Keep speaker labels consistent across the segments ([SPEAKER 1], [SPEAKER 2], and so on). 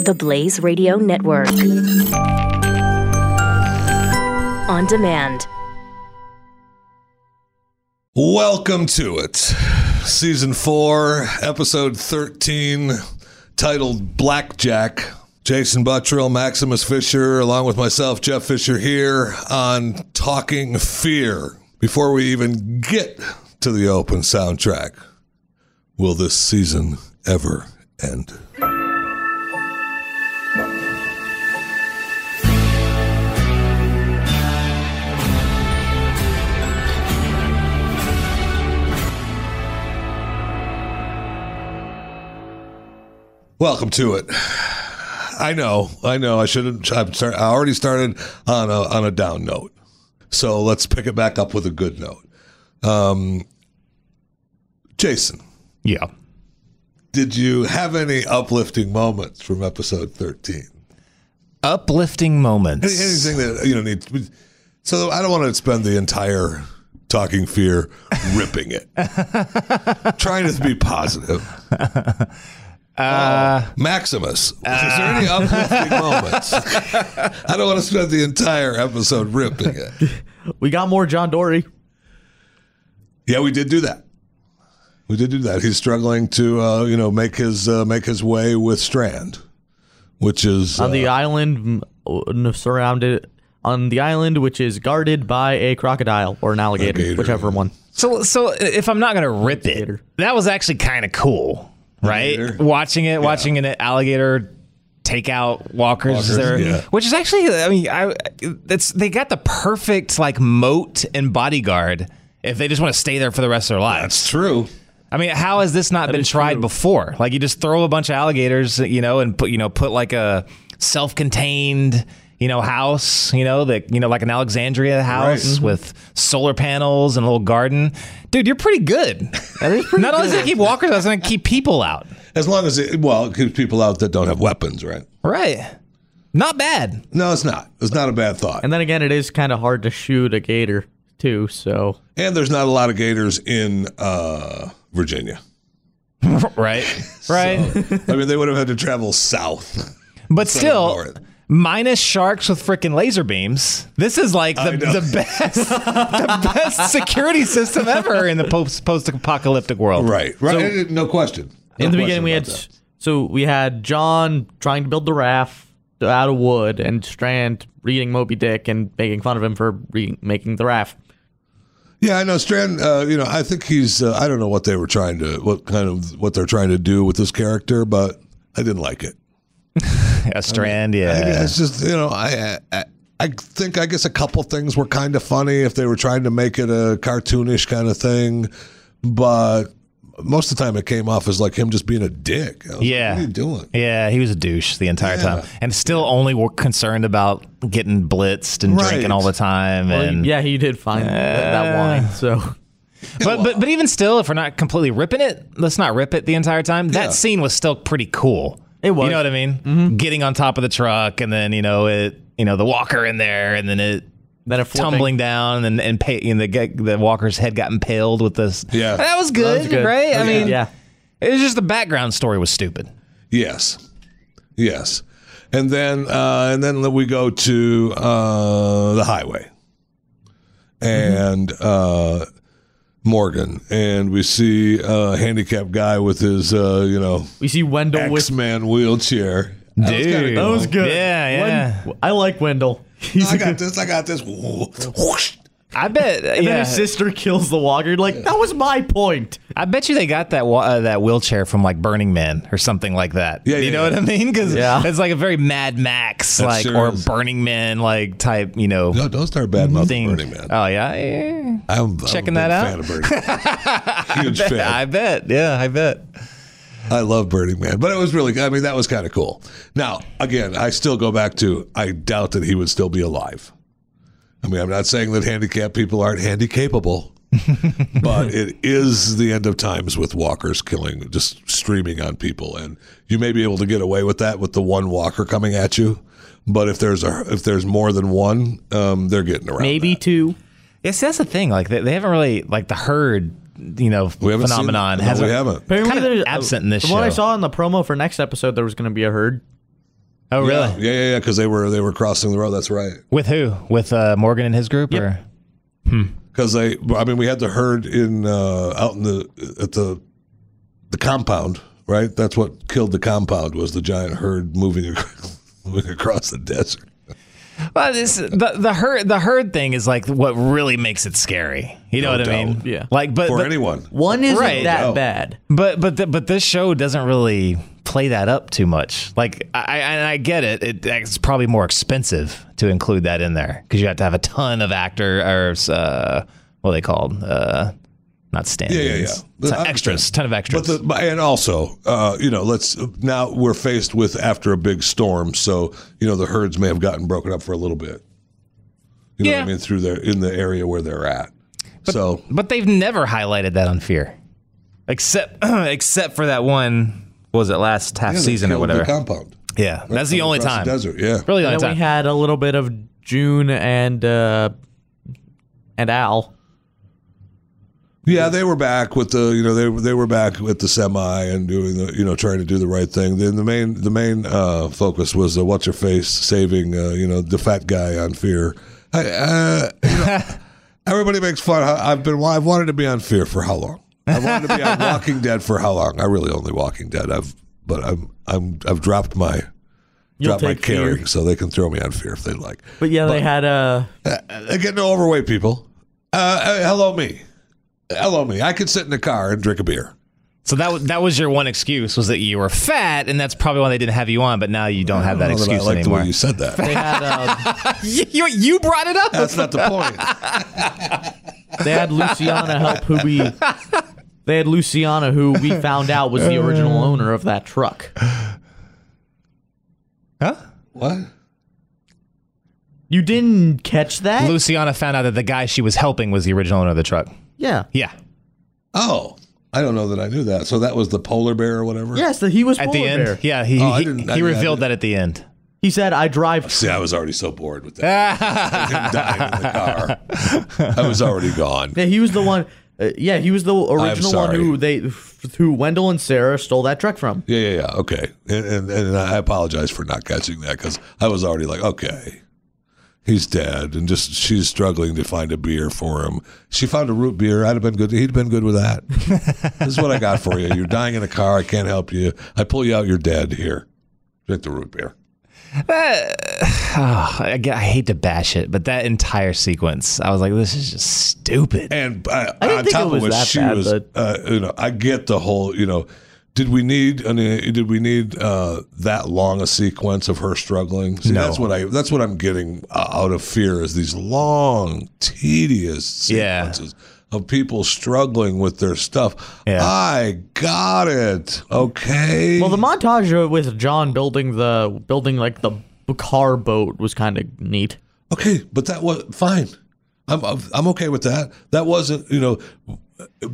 [SPEAKER 1] The Blaze Radio Network. On demand.
[SPEAKER 2] Welcome to it. Season 4, episode 13, titled Blackjack. Jason Buttrill, Maximus Fisher, along with myself, Jeff Fisher, here on Talking Fear. Before we even get to the open soundtrack, will this season ever end? Welcome to it. I know, I know. I should have. I've start, I already started on a on a down note. So let's pick it back up with a good note. Um, Jason,
[SPEAKER 3] Yeah.
[SPEAKER 2] did you have any uplifting moments from episode thirteen?
[SPEAKER 3] Uplifting moments.
[SPEAKER 2] Any- Anything that you know needs. So I don't want to spend the entire talking fear ripping it, trying to be positive. Uh, Maximus, is there any uplifting moments? I don't want to spend the entire episode ripping it.
[SPEAKER 4] We got more John Dory.
[SPEAKER 2] Yeah, we did do that. We did do that. He's struggling to, uh, you know, make his uh, make his way with Strand, which is
[SPEAKER 4] on
[SPEAKER 2] uh,
[SPEAKER 4] the island mm, n- surrounded on the island which is guarded by a crocodile or an alligator,
[SPEAKER 2] Alligator.
[SPEAKER 4] whichever one.
[SPEAKER 3] So, so if I'm not gonna rip it, that was actually kind of cool, right?
[SPEAKER 2] Alligator.
[SPEAKER 3] Watching it, watching an alligator take out walkers,
[SPEAKER 2] Walkers,
[SPEAKER 3] there,
[SPEAKER 2] yeah.
[SPEAKER 3] which is actually, I mean, I that's they got the perfect like moat and bodyguard if they just want to stay there for the rest of their lives.
[SPEAKER 2] that's true.
[SPEAKER 3] I mean, how has this not been tried before? Like, you just throw a bunch of alligators, you know, and put you know put like a self-contained you know house, you know, that you know like an Alexandria house
[SPEAKER 2] Right.
[SPEAKER 3] with solar panels and a little garden. Dude, you're pretty good. not only does it keep walkers, out, it's going to keep people out.
[SPEAKER 2] As long as it, well, it keeps people out that don't have weapons, right?
[SPEAKER 3] Right. Not bad.
[SPEAKER 2] No, it's not. It's not a bad thought.
[SPEAKER 4] And then again it is kind of hard to shoot a gator too, so
[SPEAKER 2] And there's not a lot of gators in uh, Virginia.
[SPEAKER 3] Right. Right.
[SPEAKER 2] I mean, they would have had to travel south.
[SPEAKER 3] But still,
[SPEAKER 2] north.
[SPEAKER 3] minus sharks with freaking laser beams, this is like the,
[SPEAKER 2] I know.
[SPEAKER 3] the best the best security system ever in the post post apocalyptic world.
[SPEAKER 2] Right, right. no question. No
[SPEAKER 4] in
[SPEAKER 2] question
[SPEAKER 4] the beginning we had
[SPEAKER 2] about that.
[SPEAKER 4] so we had John trying to build the raft out of wood and Strand reading Moby Dick and making fun of him for re- making the raft.
[SPEAKER 2] Yeah, I know Strand. Uh, you know, I think he's. Uh, I don't know what they were trying to, what kind of what they're trying to do with this character, but I didn't like it.
[SPEAKER 3] A strand,
[SPEAKER 2] I mean,
[SPEAKER 3] yeah.
[SPEAKER 2] It's just you know, I, I I think I guess a couple things were kind of funny if they were trying to make it a cartoonish kind of thing, but most of the time it came off as like him just being a dick. I was like,
[SPEAKER 3] Yeah.
[SPEAKER 2] what are you doing?
[SPEAKER 3] Yeah, he was a douche the entire time, and still only were concerned about getting blitzed and
[SPEAKER 2] Right.
[SPEAKER 3] drinking all the time.
[SPEAKER 4] Well,
[SPEAKER 3] and
[SPEAKER 4] yeah, he did find that, that wine. So
[SPEAKER 3] but, but but even still, if we're not completely ripping it, let's not rip it the entire time. That
[SPEAKER 2] Yeah.
[SPEAKER 3] scene was still pretty cool.
[SPEAKER 4] It was. Mm-hmm.
[SPEAKER 3] You know what I mean? Getting on top of the truck, and then you know it, you know the walker in there, and then it
[SPEAKER 4] then a flipping-
[SPEAKER 3] tumbling down and and, pay, and the guy- the walker's head got impaled with this.
[SPEAKER 2] Yeah.
[SPEAKER 3] that was good,
[SPEAKER 4] good.
[SPEAKER 3] right? I mean,
[SPEAKER 4] yeah.
[SPEAKER 3] it was just the background story was stupid.
[SPEAKER 2] Yes, yes, and then uh, and then we go to uh, the highway and uh, Morgan, and we see a handicapped guy with his uh, you know
[SPEAKER 4] We see Wendell with
[SPEAKER 2] X Man wheelchair. That was kinda
[SPEAKER 3] Dude.
[SPEAKER 2] cool.
[SPEAKER 4] That was good.
[SPEAKER 3] Yeah, yeah.
[SPEAKER 4] Wen- I like Wendell. He's
[SPEAKER 2] I
[SPEAKER 4] a good.
[SPEAKER 2] got this. I got this. Whoosh.
[SPEAKER 3] I bet.
[SPEAKER 4] And then
[SPEAKER 3] yeah,
[SPEAKER 4] his sister kills the walker. You're Like that was my point.
[SPEAKER 3] I bet you they got that wa- uh, that wheelchair from like Burning Man or something like that.
[SPEAKER 2] Yeah,
[SPEAKER 3] you
[SPEAKER 2] yeah,
[SPEAKER 3] know
[SPEAKER 2] yeah.
[SPEAKER 3] what I mean? Because
[SPEAKER 4] Yeah.
[SPEAKER 3] it's like a very Mad Max like
[SPEAKER 2] sure
[SPEAKER 3] or
[SPEAKER 2] is.
[SPEAKER 3] Burning Man like type. You know.
[SPEAKER 2] No, don't start bad mouthing
[SPEAKER 3] Thing.
[SPEAKER 2] Burning Man.
[SPEAKER 3] Oh yeah, yeah.
[SPEAKER 2] I'm, I'm
[SPEAKER 3] checking
[SPEAKER 2] a big
[SPEAKER 3] that out.
[SPEAKER 2] Fan of Burning Man. Huge fan.
[SPEAKER 3] I bet. Yeah, I bet.
[SPEAKER 2] I love Burning Man, but it was really. I mean, that was kind of cool. Now, again, I still go back to I doubt that he would still be alive. I mean, I'm not saying that handicapped people aren't handicapable, but it is the end of times with walkers killing, just streaming on people, and you may be able to get away with that with the one walker coming at you. But if there's a if there's more than one, um, they're getting around.
[SPEAKER 4] Maybe two.
[SPEAKER 3] Yeah, see, that's the thing. Like they, they haven't really like the herd. You know,
[SPEAKER 2] We haven't seen-
[SPEAKER 3] phenomenon
[SPEAKER 2] no,
[SPEAKER 3] has
[SPEAKER 2] we haven't.
[SPEAKER 3] kind of absent in this
[SPEAKER 4] From what I
[SPEAKER 3] show.
[SPEAKER 4] saw in the promo for next episode, there was going to be a herd.
[SPEAKER 3] Oh, really?
[SPEAKER 2] Yeah, yeah, yeah. Because they were they were crossing the road. That's right.
[SPEAKER 3] With who? With uh, Morgan and his group? Or?
[SPEAKER 2] Because they, I mean, we had the herd in uh, out in the at the the compound, right? That's what killed the compound was the giant herd moving ac- moving across the desert.
[SPEAKER 3] Well, this the the herd the herd thing is like what really makes it scary. You know
[SPEAKER 2] No
[SPEAKER 3] what I mean?
[SPEAKER 2] doubt.
[SPEAKER 4] Yeah.
[SPEAKER 3] Like, Uh, but
[SPEAKER 2] For
[SPEAKER 3] but,
[SPEAKER 2] anyone,
[SPEAKER 4] One isn't
[SPEAKER 3] Right.
[SPEAKER 4] that
[SPEAKER 2] No.
[SPEAKER 4] bad.
[SPEAKER 3] but but th- but this show doesn't really play that up too much. Like, I I, and I get it. it. It's probably more expensive to include that in there because you have to have a ton of actor or uh, what are they called? Uh, not stand-ins.
[SPEAKER 2] Yeah, yeah, yeah.
[SPEAKER 3] It's
[SPEAKER 2] I understand.
[SPEAKER 3] extras. Ton of extras.
[SPEAKER 2] But the, but- and also, uh, you know, let's now we're faced with after a big storm, so you know the herds may have gotten broken up for a little bit. You know what
[SPEAKER 3] Yeah.
[SPEAKER 2] I mean through their in the area where they're at. so
[SPEAKER 3] But they've never highlighted that on Fear, except except for that one. What was it last half
[SPEAKER 2] yeah, they
[SPEAKER 3] season or
[SPEAKER 2] killed the
[SPEAKER 3] whatever?
[SPEAKER 2] compound.
[SPEAKER 3] Yeah, that's the only
[SPEAKER 2] Across
[SPEAKER 3] time.
[SPEAKER 2] the desert. Yeah.
[SPEAKER 3] Really, the only
[SPEAKER 4] And then we
[SPEAKER 3] time.
[SPEAKER 4] had a little bit of June and uh, and Al.
[SPEAKER 2] Yeah, they were back with the you know they they were back with the semi and doing the you know trying to do the right thing. Then the main the main uh, focus was uh, what's her face saving uh, you know the fat guy on Fear. I, uh, you know, everybody makes fun. I- I've been I've wanted to be on Fear for how long? I wanted to be on Walking Dead for how long? I really only Walking Dead. I've but I'm I'm I've dropped my
[SPEAKER 4] You'll
[SPEAKER 2] dropped my
[SPEAKER 4] take Fear.
[SPEAKER 2] caring, so they can throw me on Fear if they like.
[SPEAKER 4] But yeah, they had uh,
[SPEAKER 2] I get no overweight people. Uh, uh, hello me, hello me. I could sit in the car and drink a beer.
[SPEAKER 3] So that wa- that was your one excuse was that you were fat, and that's probably why they didn't have you on. But now you don't have that
[SPEAKER 2] Well, then
[SPEAKER 3] excuse
[SPEAKER 2] I like
[SPEAKER 3] anymore.
[SPEAKER 2] the way you said that.
[SPEAKER 4] they had uh,
[SPEAKER 3] you, you you brought it up.
[SPEAKER 2] That's not the point.
[SPEAKER 4] they had Luciana help who we they had Luciana who we found out was the original owner of that truck.
[SPEAKER 3] Huh?
[SPEAKER 2] What?
[SPEAKER 4] You didn't catch that?
[SPEAKER 3] Luciana found out that the guy she was helping was the original owner of the truck.
[SPEAKER 4] yeah.
[SPEAKER 3] Yeah.
[SPEAKER 2] Oh, I don't know that I knew that. So that was the polar bear or whatever.
[SPEAKER 4] Yes, that he was
[SPEAKER 3] At the
[SPEAKER 4] polar
[SPEAKER 3] end.
[SPEAKER 4] bear.
[SPEAKER 3] Yeah. He
[SPEAKER 2] Oh, I
[SPEAKER 3] he,
[SPEAKER 2] didn't- I
[SPEAKER 3] he
[SPEAKER 2] didn't- I
[SPEAKER 3] revealed
[SPEAKER 2] didn't-
[SPEAKER 3] that at the end.
[SPEAKER 4] He said, "I drive."
[SPEAKER 2] See, I was already so bored with that. Him dying in the car. I was already gone.
[SPEAKER 4] Yeah, he was the one. Uh, yeah, he was the original one
[SPEAKER 2] sorry.
[SPEAKER 4] who they who Wendell and Sarah stole that truck from.
[SPEAKER 2] Yeah, yeah, yeah. Okay, and and, and I apologize for not catching that because I was already like, okay, he's dead, and just she's struggling to find a beer for him. She found a root beer. I'd have been good. He'd been good with that. this is what I got for you. You're dying in a car. I can't help you. I pull you out. You're dead. Here, drink the root beer.
[SPEAKER 3] Oh, I, I hate to bash it, but that entire sequence, I was like, this is just stupid.
[SPEAKER 2] And uh,
[SPEAKER 4] I didn't
[SPEAKER 2] on
[SPEAKER 4] think
[SPEAKER 2] top
[SPEAKER 4] it was
[SPEAKER 2] of which,
[SPEAKER 4] that
[SPEAKER 2] she
[SPEAKER 4] bad,
[SPEAKER 2] was,
[SPEAKER 4] but-
[SPEAKER 2] uh, you know, I get the whole, you know, did we need, I mean, did we need uh, that long a sequence of her struggling? See, that's what I, that's what I'm getting uh, out of fear is these long, tedious
[SPEAKER 3] Yeah.
[SPEAKER 2] sequences of people struggling with their stuff.
[SPEAKER 3] Yeah.
[SPEAKER 2] I got it. Okay.
[SPEAKER 4] Well, the montage with John building the building like the car boat was kind of neat.
[SPEAKER 2] Okay, but that was fine. I'm I'm I'm okay with that. That wasn't you know.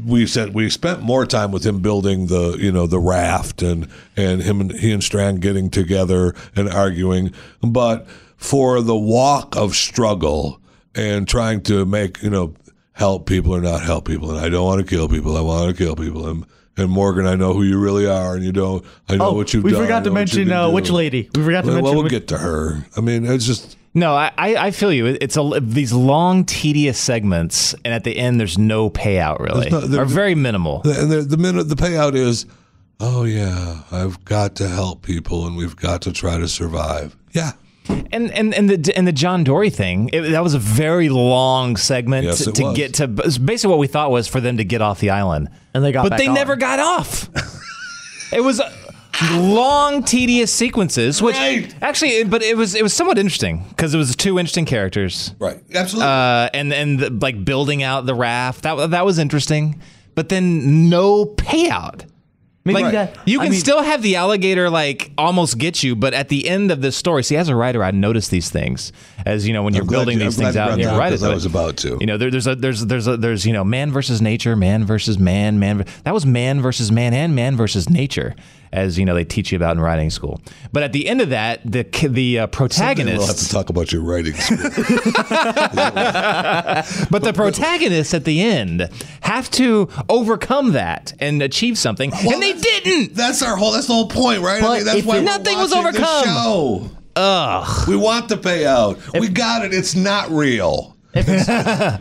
[SPEAKER 2] We said we spent more time with him building the you know the raft and and him and he and Strand getting together and arguing, but for the walk of struggle and trying to make you know help people or not help people and I don't want to kill people I want to kill people and and Morgan I know who you really are and you don't I know
[SPEAKER 4] Oh,
[SPEAKER 2] what you've
[SPEAKER 4] we
[SPEAKER 2] done I
[SPEAKER 4] forgot to
[SPEAKER 2] know what you
[SPEAKER 4] mention
[SPEAKER 2] can
[SPEAKER 4] uh,
[SPEAKER 2] do.
[SPEAKER 4] which lady. We forgot to
[SPEAKER 2] well,
[SPEAKER 4] mention
[SPEAKER 2] we'll
[SPEAKER 4] which-
[SPEAKER 2] get to her I mean it's just
[SPEAKER 3] No, I, I I feel you. It's a, these long, tedious segments, and at the end, there's no payout really,
[SPEAKER 2] There's no- there-
[SPEAKER 3] or very minimal.
[SPEAKER 2] And the, the minute the payout is, oh yeah, I've got to help people and we've got to try to survive. Yeah,
[SPEAKER 3] And and and the and the John Dory thing it, that was a very long segment
[SPEAKER 2] Yes,
[SPEAKER 3] to,
[SPEAKER 2] it was.
[SPEAKER 3] get to basically what we thought was for them to get off the island,
[SPEAKER 4] And they got
[SPEAKER 3] but
[SPEAKER 4] back
[SPEAKER 3] they
[SPEAKER 4] on.
[SPEAKER 3] never got off. it was uh, long, tedious sequences, which
[SPEAKER 2] Right.
[SPEAKER 3] actually, but it was it was somewhat interesting because it was two interesting characters.
[SPEAKER 2] right, absolutely.
[SPEAKER 3] uh, and and the, like building out the raft. That that was interesting, but then no payout.
[SPEAKER 4] Maybe
[SPEAKER 3] Like
[SPEAKER 4] that
[SPEAKER 3] you
[SPEAKER 4] I
[SPEAKER 3] can
[SPEAKER 4] mean,
[SPEAKER 3] still have the alligator like almost get you, but at the end of this story, see, as a writer, I notice these things. As you know, when you're
[SPEAKER 2] glad
[SPEAKER 3] building
[SPEAKER 2] you-
[SPEAKER 3] these
[SPEAKER 2] I'm glad
[SPEAKER 3] things
[SPEAKER 2] you
[SPEAKER 3] out,
[SPEAKER 2] brought
[SPEAKER 3] and
[SPEAKER 2] that up, 'cause
[SPEAKER 3] you're right.
[SPEAKER 2] I was about to.
[SPEAKER 3] You know, there, there's a there's there's a there's you know man versus nature, man versus man, man ver- that was man versus man and man versus nature, as you know they teach you about in writing school. But at the end of that, the ki- the uh, protagonist,
[SPEAKER 2] We'll have to talk about your writing. school.
[SPEAKER 3] but the protagonists at the end have to overcome that and achieve something, and they didn't.
[SPEAKER 2] that's our whole. That's the whole point, right?
[SPEAKER 4] But
[SPEAKER 2] I mean, that's
[SPEAKER 4] if
[SPEAKER 2] why
[SPEAKER 4] you-
[SPEAKER 2] we're
[SPEAKER 3] Nothing was
[SPEAKER 2] watching this
[SPEAKER 3] overcome.
[SPEAKER 2] Show. Ugh. We want the payout. we got it. It's not real.
[SPEAKER 4] How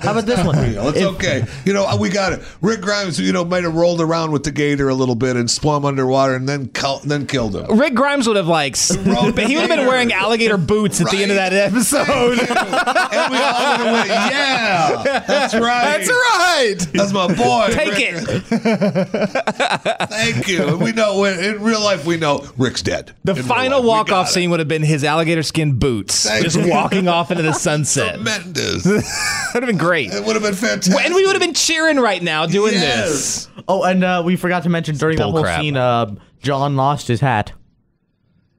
[SPEAKER 4] about this one?
[SPEAKER 2] Well, It's okay. You know, we got it. Rick Grimes, you know, might have rolled around with the gator a little bit and swum underwater and then cul- then killed him.
[SPEAKER 3] Rick Grimes would have like, s-
[SPEAKER 2] Road
[SPEAKER 3] but he would have been
[SPEAKER 2] gator.
[SPEAKER 3] wearing alligator boots at the end of that
[SPEAKER 2] Right.
[SPEAKER 3] episode.
[SPEAKER 2] and we all would've went, yeah, that's right.
[SPEAKER 3] That's right.
[SPEAKER 2] That's my boy.
[SPEAKER 3] Take
[SPEAKER 2] Rick.
[SPEAKER 3] it.
[SPEAKER 2] Thank you. And we know when, in real life we know Rick's dead.
[SPEAKER 3] The
[SPEAKER 2] In real
[SPEAKER 3] final
[SPEAKER 2] life, we
[SPEAKER 3] walk
[SPEAKER 2] got
[SPEAKER 3] off
[SPEAKER 2] it.
[SPEAKER 3] scene would have been his alligator skin boots,
[SPEAKER 2] Thank
[SPEAKER 3] just
[SPEAKER 2] you.
[SPEAKER 3] walking off into the sunset. that
[SPEAKER 2] Tremendous.
[SPEAKER 3] would have been great.
[SPEAKER 2] It would have been fantastic.
[SPEAKER 3] And we would have been cheering right now doing this.
[SPEAKER 2] yes.
[SPEAKER 4] Oh, and uh, we forgot to mention during that whole
[SPEAKER 3] bullcrap.
[SPEAKER 4] scene, uh, John lost his hat.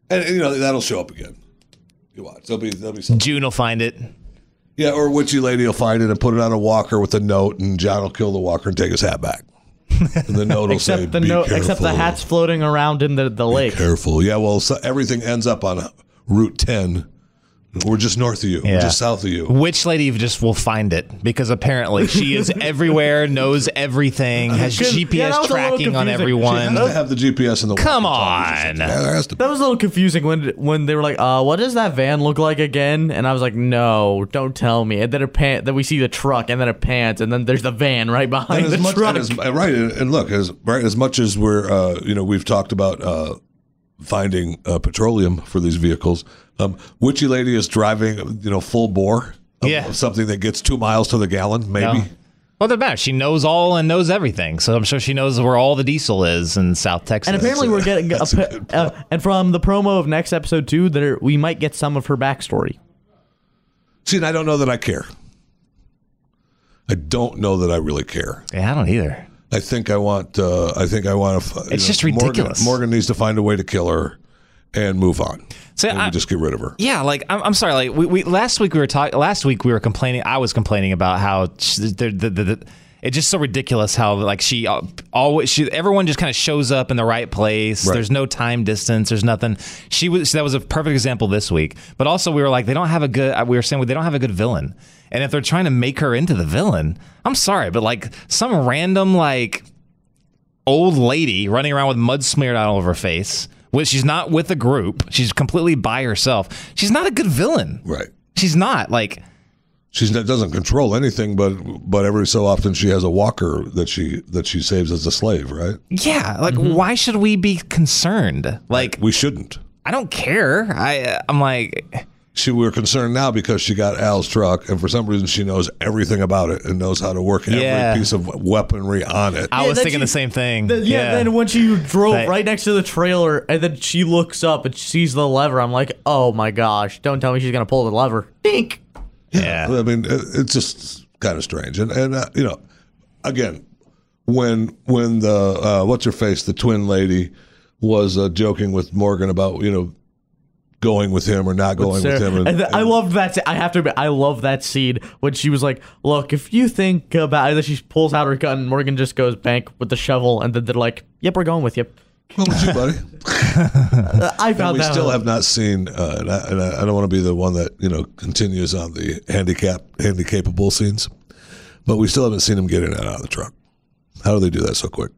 [SPEAKER 2] And you know that'll show up again. You watch. There'll be there'll be something.
[SPEAKER 3] June will find it.
[SPEAKER 2] Yeah, or witchy lady will find it and put it on a walker with a note, and John will kill the walker and take his hat back. And the note will say,
[SPEAKER 4] Except the
[SPEAKER 2] "Be
[SPEAKER 4] no, except the
[SPEAKER 2] careful.
[SPEAKER 4] hat's floating around in the, the lake.
[SPEAKER 2] Careful. Yeah, well, so everything ends up on Route 10. We're just north of you. We're
[SPEAKER 3] Yeah.
[SPEAKER 2] just south of you.
[SPEAKER 3] Which lady just will find it because apparently she is everywhere, knows everything, has
[SPEAKER 4] Good. Yeah,
[SPEAKER 3] GPS
[SPEAKER 4] that was a little
[SPEAKER 3] tracking on
[SPEAKER 4] confusing.
[SPEAKER 2] And
[SPEAKER 3] everyone.
[SPEAKER 2] they have the GPS in the
[SPEAKER 3] Come
[SPEAKER 2] walkie-talkies or
[SPEAKER 3] on.
[SPEAKER 2] something. Yeah, there has to be.
[SPEAKER 4] That was a little confusing when when they were like, uh, what does that van look like again? And I was like, no, don't tell me. And then it pan- then we see the truck and then it pans and then there's the van right behind
[SPEAKER 2] And
[SPEAKER 4] the
[SPEAKER 2] as much,
[SPEAKER 4] truck.
[SPEAKER 2] and as, right, and, and look, as right as much as we're, uh, you know, we've talked about uh, finding uh, petroleum for these vehicles. Um, Witchy lady is driving, you know, full bore. of-
[SPEAKER 3] Yeah.
[SPEAKER 2] of something that gets two miles to the gallon, maybe.
[SPEAKER 3] No. Well, it doesn't matter. She knows all and knows everything, so I'm sure she knows where all the diesel is in South Texas.
[SPEAKER 4] and apparently we're getting a,
[SPEAKER 2] That's a
[SPEAKER 4] pa- uh, and from the promo of next episode two, there we might get some of her backstory.
[SPEAKER 2] See, and I don't know that I care. I don't know that I really care.
[SPEAKER 3] yeah, I don't either.
[SPEAKER 2] I think I want. Uh, I think I want to.
[SPEAKER 3] It's just ridiculous.
[SPEAKER 2] Morgan, needs to find a way to kill her and move on.
[SPEAKER 3] So
[SPEAKER 2] and
[SPEAKER 3] I-
[SPEAKER 2] we just get rid of her.
[SPEAKER 3] Yeah, like I'm, I'm sorry. Like we, we last week we were talking. Last week we were complaining. I was complaining about how sh- the, the, the, the it's just so ridiculous how like she al- always she everyone just kind of shows up in the right place.
[SPEAKER 2] Right.
[SPEAKER 3] There's no time distance. There's nothing. She was that was a perfect example this week. But also we were like they don't have a good. uh, We were saying they don't have a good villain. And if they're trying to make her into the villain, I'm sorry, but like some random like old lady running around with mud smeared all over her face. Which she's not with a group. She's completely by herself. She's not a good villain.
[SPEAKER 2] Right.
[SPEAKER 3] She's not like
[SPEAKER 2] She doesn't control anything, but but every so often she has a walker that she that she saves as a slave. Right.
[SPEAKER 3] yeah. Like why should we be concerned? Mm-hmm. Like
[SPEAKER 2] We shouldn't.
[SPEAKER 3] I don't care. I I'm like
[SPEAKER 2] She we're concerned now because she got Al's truck, and for some reason she knows everything about it and knows how to work
[SPEAKER 3] Yeah.
[SPEAKER 2] every piece of weaponry on it.
[SPEAKER 3] I
[SPEAKER 4] Yeah,
[SPEAKER 3] was
[SPEAKER 4] that
[SPEAKER 3] thinking
[SPEAKER 4] she-
[SPEAKER 3] the same thing.
[SPEAKER 4] Then- yeah, Then when she drove
[SPEAKER 3] Right.
[SPEAKER 4] right next to the trailer, and then she looks up and sees the lever, I'm like, oh my gosh! Don't tell me she's gonna pull the lever. Dink.
[SPEAKER 3] yeah.
[SPEAKER 2] I mean, it, it's just kind of strange. And and uh, you know, again, when when the uh, what's her face, the twin lady, was uh, joking with Morgan about you know going with him or not going with him.
[SPEAKER 4] And th- I love that. se- I have to admit, I love that scene when she was like, "Look, if you think about," and then she pulls out her gun. and Morgan just goes bank with the shovel, and then they're like, "Yep, we're going with you."
[SPEAKER 2] What would you, buddy?
[SPEAKER 4] Uh, I found
[SPEAKER 2] we
[SPEAKER 4] that.
[SPEAKER 2] still have not seen, uh, and, I, and I, I don't want to be the one that you know continues on the handicap handicapable scenes, but we still haven't seen him get in and out of the truck. How do they do that so quick?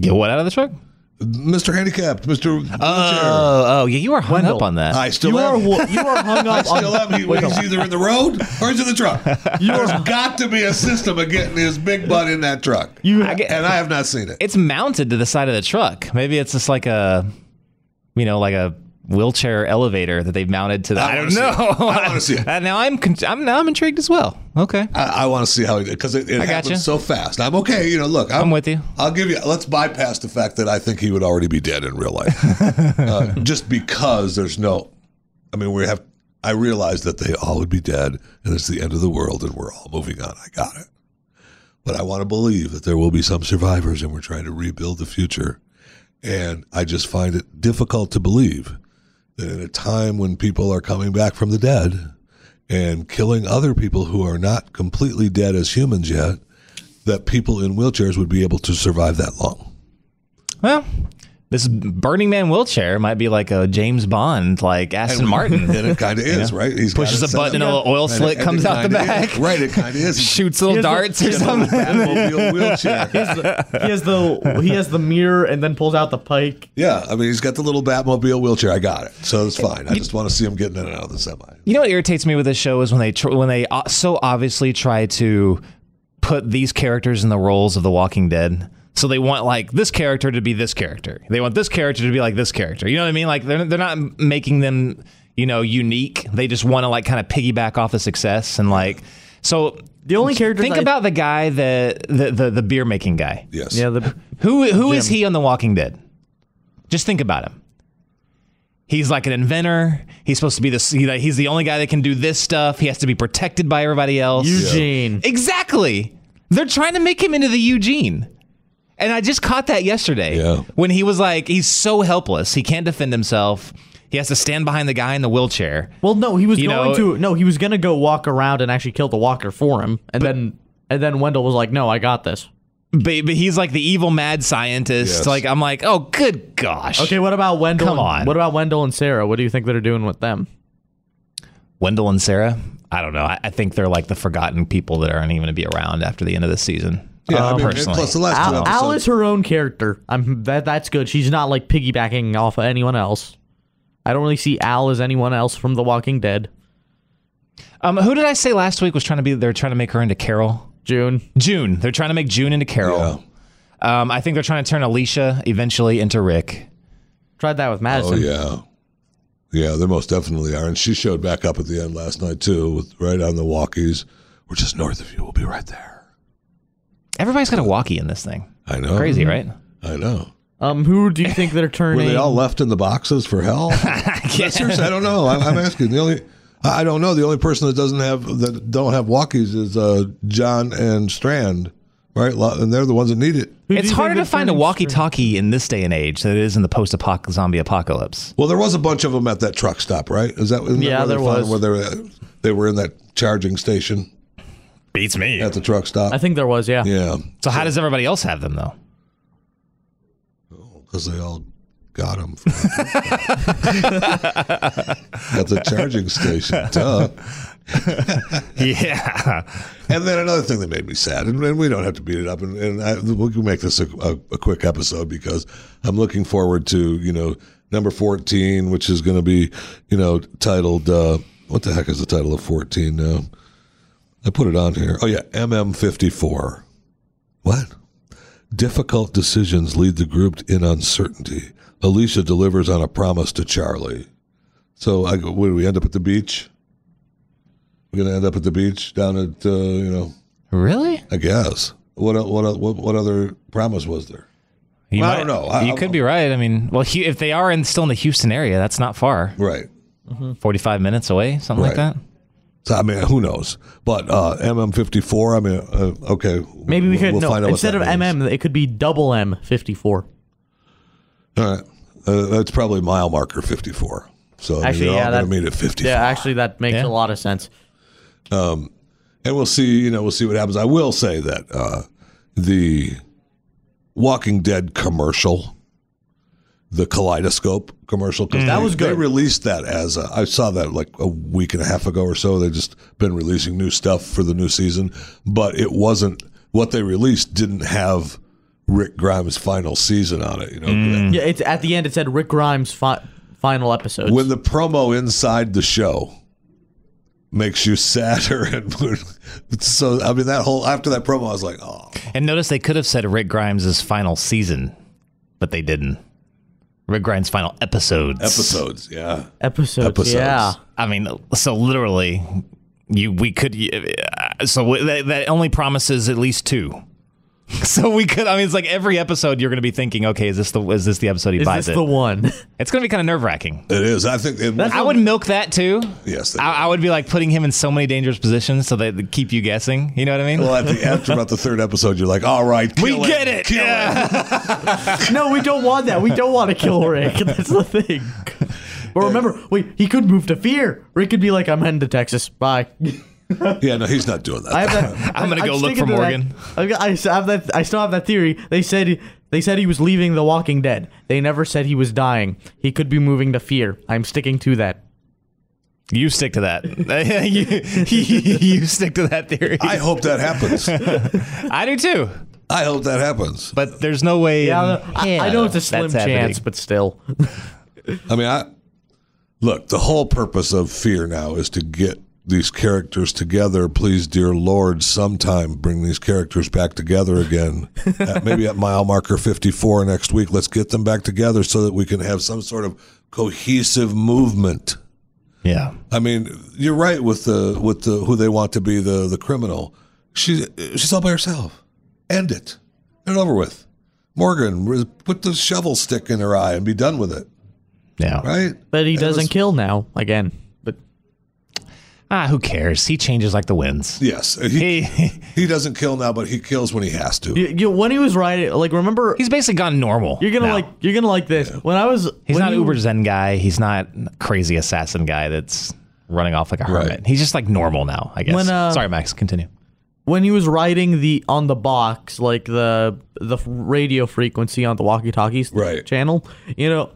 [SPEAKER 3] Get what out of the truck?
[SPEAKER 2] Mr. Handicapped, Mr. Wheelchair.
[SPEAKER 3] Oh, oh yeah, you were hung
[SPEAKER 4] Wendell,
[SPEAKER 3] up on that.
[SPEAKER 2] I still
[SPEAKER 4] Uh, you
[SPEAKER 2] am.
[SPEAKER 4] are wo- you are hung up on.
[SPEAKER 2] still up. He, he's either in the road or he's in the truck. There's got to be a system of getting his big butt in that truck.
[SPEAKER 4] You-
[SPEAKER 3] I get-
[SPEAKER 2] and I have not seen it.
[SPEAKER 3] it's mounted to the side of the truck. Maybe it's just like a, you know, like a wheelchair elevator that they've mounted to the.
[SPEAKER 2] I
[SPEAKER 3] I, don't
[SPEAKER 2] wanna see
[SPEAKER 3] know.
[SPEAKER 2] it. I wanna see it.
[SPEAKER 3] Uh, now I'm, con- I'm now I'm intrigued as well. Okay.
[SPEAKER 2] I, I want to see how it because it, it
[SPEAKER 3] I got
[SPEAKER 2] happens
[SPEAKER 3] you.
[SPEAKER 2] so fast. I'm okay. You know, look, I'm,
[SPEAKER 3] I'm with you.
[SPEAKER 2] I'll give you. Let's bypass the fact that I think he would already be dead in real life, uh, just because there's no. I mean, we have. I realize that they all would be dead, and it's the end of the world, and we're all moving on. I got it, but I want to believe that there will be some survivors, and we're trying to rebuild the future. And I just find it difficult to believe that in a time when people are coming back from the dead and killing other people who are not completely dead as humans yet, that people in wheelchairs would be able to survive that long.
[SPEAKER 3] Well, This Burning Man wheelchair might be like a James Bond, like Aston Martin.
[SPEAKER 2] and it kind of is, right? He
[SPEAKER 3] Pushes a button, a little oil slick comes out the back.
[SPEAKER 2] Right, it kind of is.
[SPEAKER 3] Shoots little
[SPEAKER 4] Here's what-
[SPEAKER 3] darts or something.
[SPEAKER 2] Batmobile wheelchair.
[SPEAKER 4] he has the he has the mirror and then pulls out the pike.
[SPEAKER 2] Yeah, I mean, he's got the little Batmobile wheelchair. I got it, so it's fine. I just want to see him getting in and out of the semi.
[SPEAKER 3] You know what irritates me with this show is when they tr- when they o so obviously try to put these characters in the roles of The Walking Dead. So they want like this character to be this character. They want this character to be like this character. You know what I mean? Like they're they're not m- making them you know unique. They just want to like kind of piggyback off of success and like so.
[SPEAKER 4] The only characters
[SPEAKER 3] Think
[SPEAKER 4] I-
[SPEAKER 3] about the guy that the the, the beer making guy.
[SPEAKER 2] Yes.
[SPEAKER 4] Yeah, the
[SPEAKER 3] Who who is he on The Walking Dead? Just think about him. He's like an inventor. He's supposed to be this. He, he's the only guy that can do this stuff. He has to be protected by everybody else.
[SPEAKER 4] Eugene.
[SPEAKER 3] Exactly. They're trying to make him into the Eugene. And I just caught that yesterday
[SPEAKER 2] Yeah.
[SPEAKER 3] when he was like, he's so helpless. He can't defend himself. He has to stand behind the guy in the wheelchair.
[SPEAKER 4] Well, no, he was
[SPEAKER 3] You
[SPEAKER 4] going
[SPEAKER 3] know-
[SPEAKER 4] to no, he was gonna go walk around and actually kill the walker for him, and then and then Wendell was like, "No, I got this."
[SPEAKER 3] But, but he's like the evil mad scientist.
[SPEAKER 2] Yes.
[SPEAKER 3] Like, I'm like, oh, good gosh.
[SPEAKER 4] Okay, what about Wendell?
[SPEAKER 3] Come
[SPEAKER 4] and-
[SPEAKER 3] on.
[SPEAKER 4] What about Wendell and Sarah? What do you think they're doing with them?
[SPEAKER 3] Wendell and Sarah. I don't know. I, I think they're like the forgotten people that aren't even going to be around after the end of the season.
[SPEAKER 2] Yeah, I
[SPEAKER 3] Uh,
[SPEAKER 2] mean, and
[SPEAKER 3] personally.
[SPEAKER 2] plus the last two
[SPEAKER 4] Al,
[SPEAKER 2] episodes.
[SPEAKER 4] Al is her own character. I'm that that's good. She's not like piggybacking off of anyone else. I don't really see Al as anyone else from The Walking Dead.
[SPEAKER 3] um, who did I say last week was trying to be? They're trying to make her into Carol.
[SPEAKER 4] June.
[SPEAKER 3] June. They're trying to make June into Carol. Um, I think they're trying to turn Alicia eventually into Rick.
[SPEAKER 4] Tried that with Madison.
[SPEAKER 2] Oh yeah, yeah, they most definitely are. And she showed back up at the end last night too, with right on the walkies. We're just north of you. We'll be right there.
[SPEAKER 3] Everybody's got a walkie in this thing.
[SPEAKER 2] I know.
[SPEAKER 3] Crazy, right?
[SPEAKER 2] I know.
[SPEAKER 4] Um, who do you think they're turning?
[SPEAKER 2] Were they all left in the boxes for hell? No, seriously, I don't know. I, I'm asking. The only I I don't know. The only person that doesn't have that don't have walkies is uh, John and Strand, right? Lo- And they're the ones that need it.
[SPEAKER 4] Who do
[SPEAKER 3] It's
[SPEAKER 4] you think
[SPEAKER 3] harder
[SPEAKER 4] they're
[SPEAKER 3] to find a
[SPEAKER 4] turning straight?
[SPEAKER 3] walkie-talkie in this day and age than it is in the post-apoc zombie apocalypse.
[SPEAKER 2] Well, there was a bunch of them at that truck stop, right? Is that isn't that
[SPEAKER 4] Yeah,
[SPEAKER 2] where they
[SPEAKER 4] there
[SPEAKER 2] found
[SPEAKER 4] was.
[SPEAKER 2] where they were, they were in that charging station
[SPEAKER 3] Beats me.
[SPEAKER 2] at the truck stop.
[SPEAKER 4] I think there was, yeah.
[SPEAKER 2] yeah,
[SPEAKER 3] So how does everybody else have them though?
[SPEAKER 2] because Oh, they all got them from at the charging station. Duh.
[SPEAKER 3] yeah.
[SPEAKER 2] And then another thing that made me sad, and, and we don't have to beat it up, and, and I, we can make this a, a, a quick episode because I'm looking forward to you know number 14, which is going to be you know titled uh, what the heck is the title of 14 now? I put it on here. Oh yeah, MM54. What? Difficult decisions lead the group in uncertainty. Alicia delivers on a promise to Charlie. So I, what, do we end up at the beach? We're gonna end up at the beach down at uh, you know
[SPEAKER 3] Really?
[SPEAKER 2] I guess. What what what what other promise was there?
[SPEAKER 3] You
[SPEAKER 2] Well, I don't know. I-
[SPEAKER 3] you
[SPEAKER 2] I-
[SPEAKER 3] could be right. I mean, well, Hu- if they are in, still in the Houston area, that's not far.
[SPEAKER 2] Right.
[SPEAKER 3] 45 minutes away, something like
[SPEAKER 2] Right.
[SPEAKER 3] that.
[SPEAKER 2] So I mean, who knows? But uh, MM54. I mean, uh, okay.
[SPEAKER 4] Maybe we
[SPEAKER 2] we'll-
[SPEAKER 4] could
[SPEAKER 2] we'll
[SPEAKER 4] no
[SPEAKER 2] find out what
[SPEAKER 4] instead of
[SPEAKER 2] that means.
[SPEAKER 4] MM, it could be double M fifty four.
[SPEAKER 2] All right. Uh, that's probably mile marker 54. So
[SPEAKER 4] Actually,
[SPEAKER 2] you're
[SPEAKER 4] yeah,
[SPEAKER 2] all going
[SPEAKER 4] that-
[SPEAKER 2] to meet at 54.
[SPEAKER 4] Yeah, actually, that makes
[SPEAKER 3] Yeah.
[SPEAKER 4] a lot of sense.
[SPEAKER 2] and we'll see. You know, we'll see what happens. I will say that uh, the Walking Dead commercial, the Kaleidoscope commercial, because that
[SPEAKER 4] Mm. was
[SPEAKER 2] They
[SPEAKER 4] good.
[SPEAKER 2] released that as a, I saw that like a week and a half ago or so. They just been releasing new stuff for the new season, but it wasn't what they released. Didn't have Rick Grimes' final season on it. You know,
[SPEAKER 4] Yeah, it's at the end. It said Rick Grimes' fi- final episode.
[SPEAKER 2] when the promo inside the show makes you sadder and so i mean that whole after that promo i was like oh
[SPEAKER 3] And notice they could have said Rick Grimes' final season, but they didn't. Rick Grimes' final episodes.
[SPEAKER 2] episodes yeah
[SPEAKER 4] episodes,
[SPEAKER 2] Episodes.
[SPEAKER 4] yeah.
[SPEAKER 3] I mean, so literally, you we could. uh, So that, that only promises at least two. So we could. I mean, it's like every episode you're going to be thinking, okay, is this the is this the episode he
[SPEAKER 4] Is
[SPEAKER 3] buys
[SPEAKER 4] this
[SPEAKER 3] it?
[SPEAKER 4] the one?
[SPEAKER 3] it's going to be kind of nerve wracking.
[SPEAKER 2] it is i think it,
[SPEAKER 3] I would milk that too.
[SPEAKER 2] yes they-
[SPEAKER 3] I, I would be like putting him in so many dangerous positions so they keep you guessing. You know what I mean?
[SPEAKER 2] well at the after about the third episode you're like all right
[SPEAKER 3] we
[SPEAKER 2] kill
[SPEAKER 3] get it.
[SPEAKER 2] kill
[SPEAKER 3] yeah.
[SPEAKER 4] no, we don't want that. We don't want to kill Rick. That's the thing. But remember, wait, he could move to fear. Rick could be like, "I'm heading to Texas. Bye."
[SPEAKER 2] yeah no he's not doing that
[SPEAKER 4] I have that.
[SPEAKER 3] I'm gonna
[SPEAKER 4] I'm
[SPEAKER 3] go look
[SPEAKER 4] sticking
[SPEAKER 3] for
[SPEAKER 4] to
[SPEAKER 3] Morgan.
[SPEAKER 4] That, I've got- I s- have that. I still have that theory. They said They said he was leaving The Walking Dead. They never said he was dying. He could be moving to fear. I'm sticking to that.
[SPEAKER 3] You stick to that. you, you stick to that theory.
[SPEAKER 2] I hope that happens.
[SPEAKER 3] I do too.
[SPEAKER 2] I hope that happens.
[SPEAKER 3] But there's no way.
[SPEAKER 4] Yeah, I, I know it's a
[SPEAKER 3] that's
[SPEAKER 4] slim
[SPEAKER 3] happening.
[SPEAKER 4] chance, but still.
[SPEAKER 2] I mean, I look. The whole purpose of fear now is to get these characters together. Please, dear Lord, sometime bring these characters back together again. At- maybe at mile marker fifty-four next week. Let's get them back together so that we can have some sort of cohesive movement.
[SPEAKER 3] Yeah.
[SPEAKER 2] I mean, you're right with the with the who they want to be the the criminal. She she's all by herself. End it. Get it over with. Morgan, re- put the shovel stick in her eye and be done with it.
[SPEAKER 3] Yeah.
[SPEAKER 2] Right?
[SPEAKER 4] But he
[SPEAKER 2] It
[SPEAKER 4] doesn't
[SPEAKER 2] was-
[SPEAKER 4] kill now again. But
[SPEAKER 3] Ah, who cares? He changes like the winds.
[SPEAKER 2] Yes, he,
[SPEAKER 3] He
[SPEAKER 2] he doesn't kill now, but he kills when he has to.
[SPEAKER 4] you, you, when he was riding, like remember,
[SPEAKER 3] he's basically gone normal.
[SPEAKER 4] you're gonna
[SPEAKER 3] now.
[SPEAKER 4] like you're gonna like this. When I was,
[SPEAKER 3] He's
[SPEAKER 4] when
[SPEAKER 3] not
[SPEAKER 4] you-
[SPEAKER 3] Uber Zen guy. He's not crazy assassin guy that's running off like a hermit.
[SPEAKER 2] Right.
[SPEAKER 3] He's just like normal now, I guess.
[SPEAKER 4] When, uh,
[SPEAKER 3] Sorry, Max. Continue.
[SPEAKER 4] when he was riding the on the box, like the the radio frequency on the walkie-talkies
[SPEAKER 2] Right.
[SPEAKER 4] channel, you know,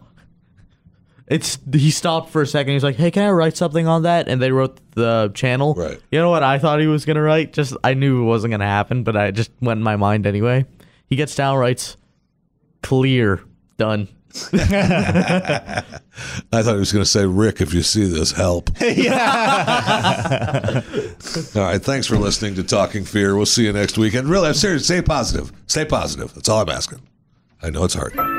[SPEAKER 4] it's he stopped for a second. He's like, "Hey, can I write something on that?" And they wrote the channel.
[SPEAKER 2] Right.
[SPEAKER 4] You know what I thought he was gonna write? Just I knew it wasn't gonna happen, but I just went in my mind anyway. He gets down, writes, "Clear, done."
[SPEAKER 2] I thought he was going to say, Rick, if you see this, help. all right. Thanks for listening to Talking Fear. We'll see you next week. And really, I'm serious. Stay positive. Stay positive. That's all I'm asking. I know it's hard.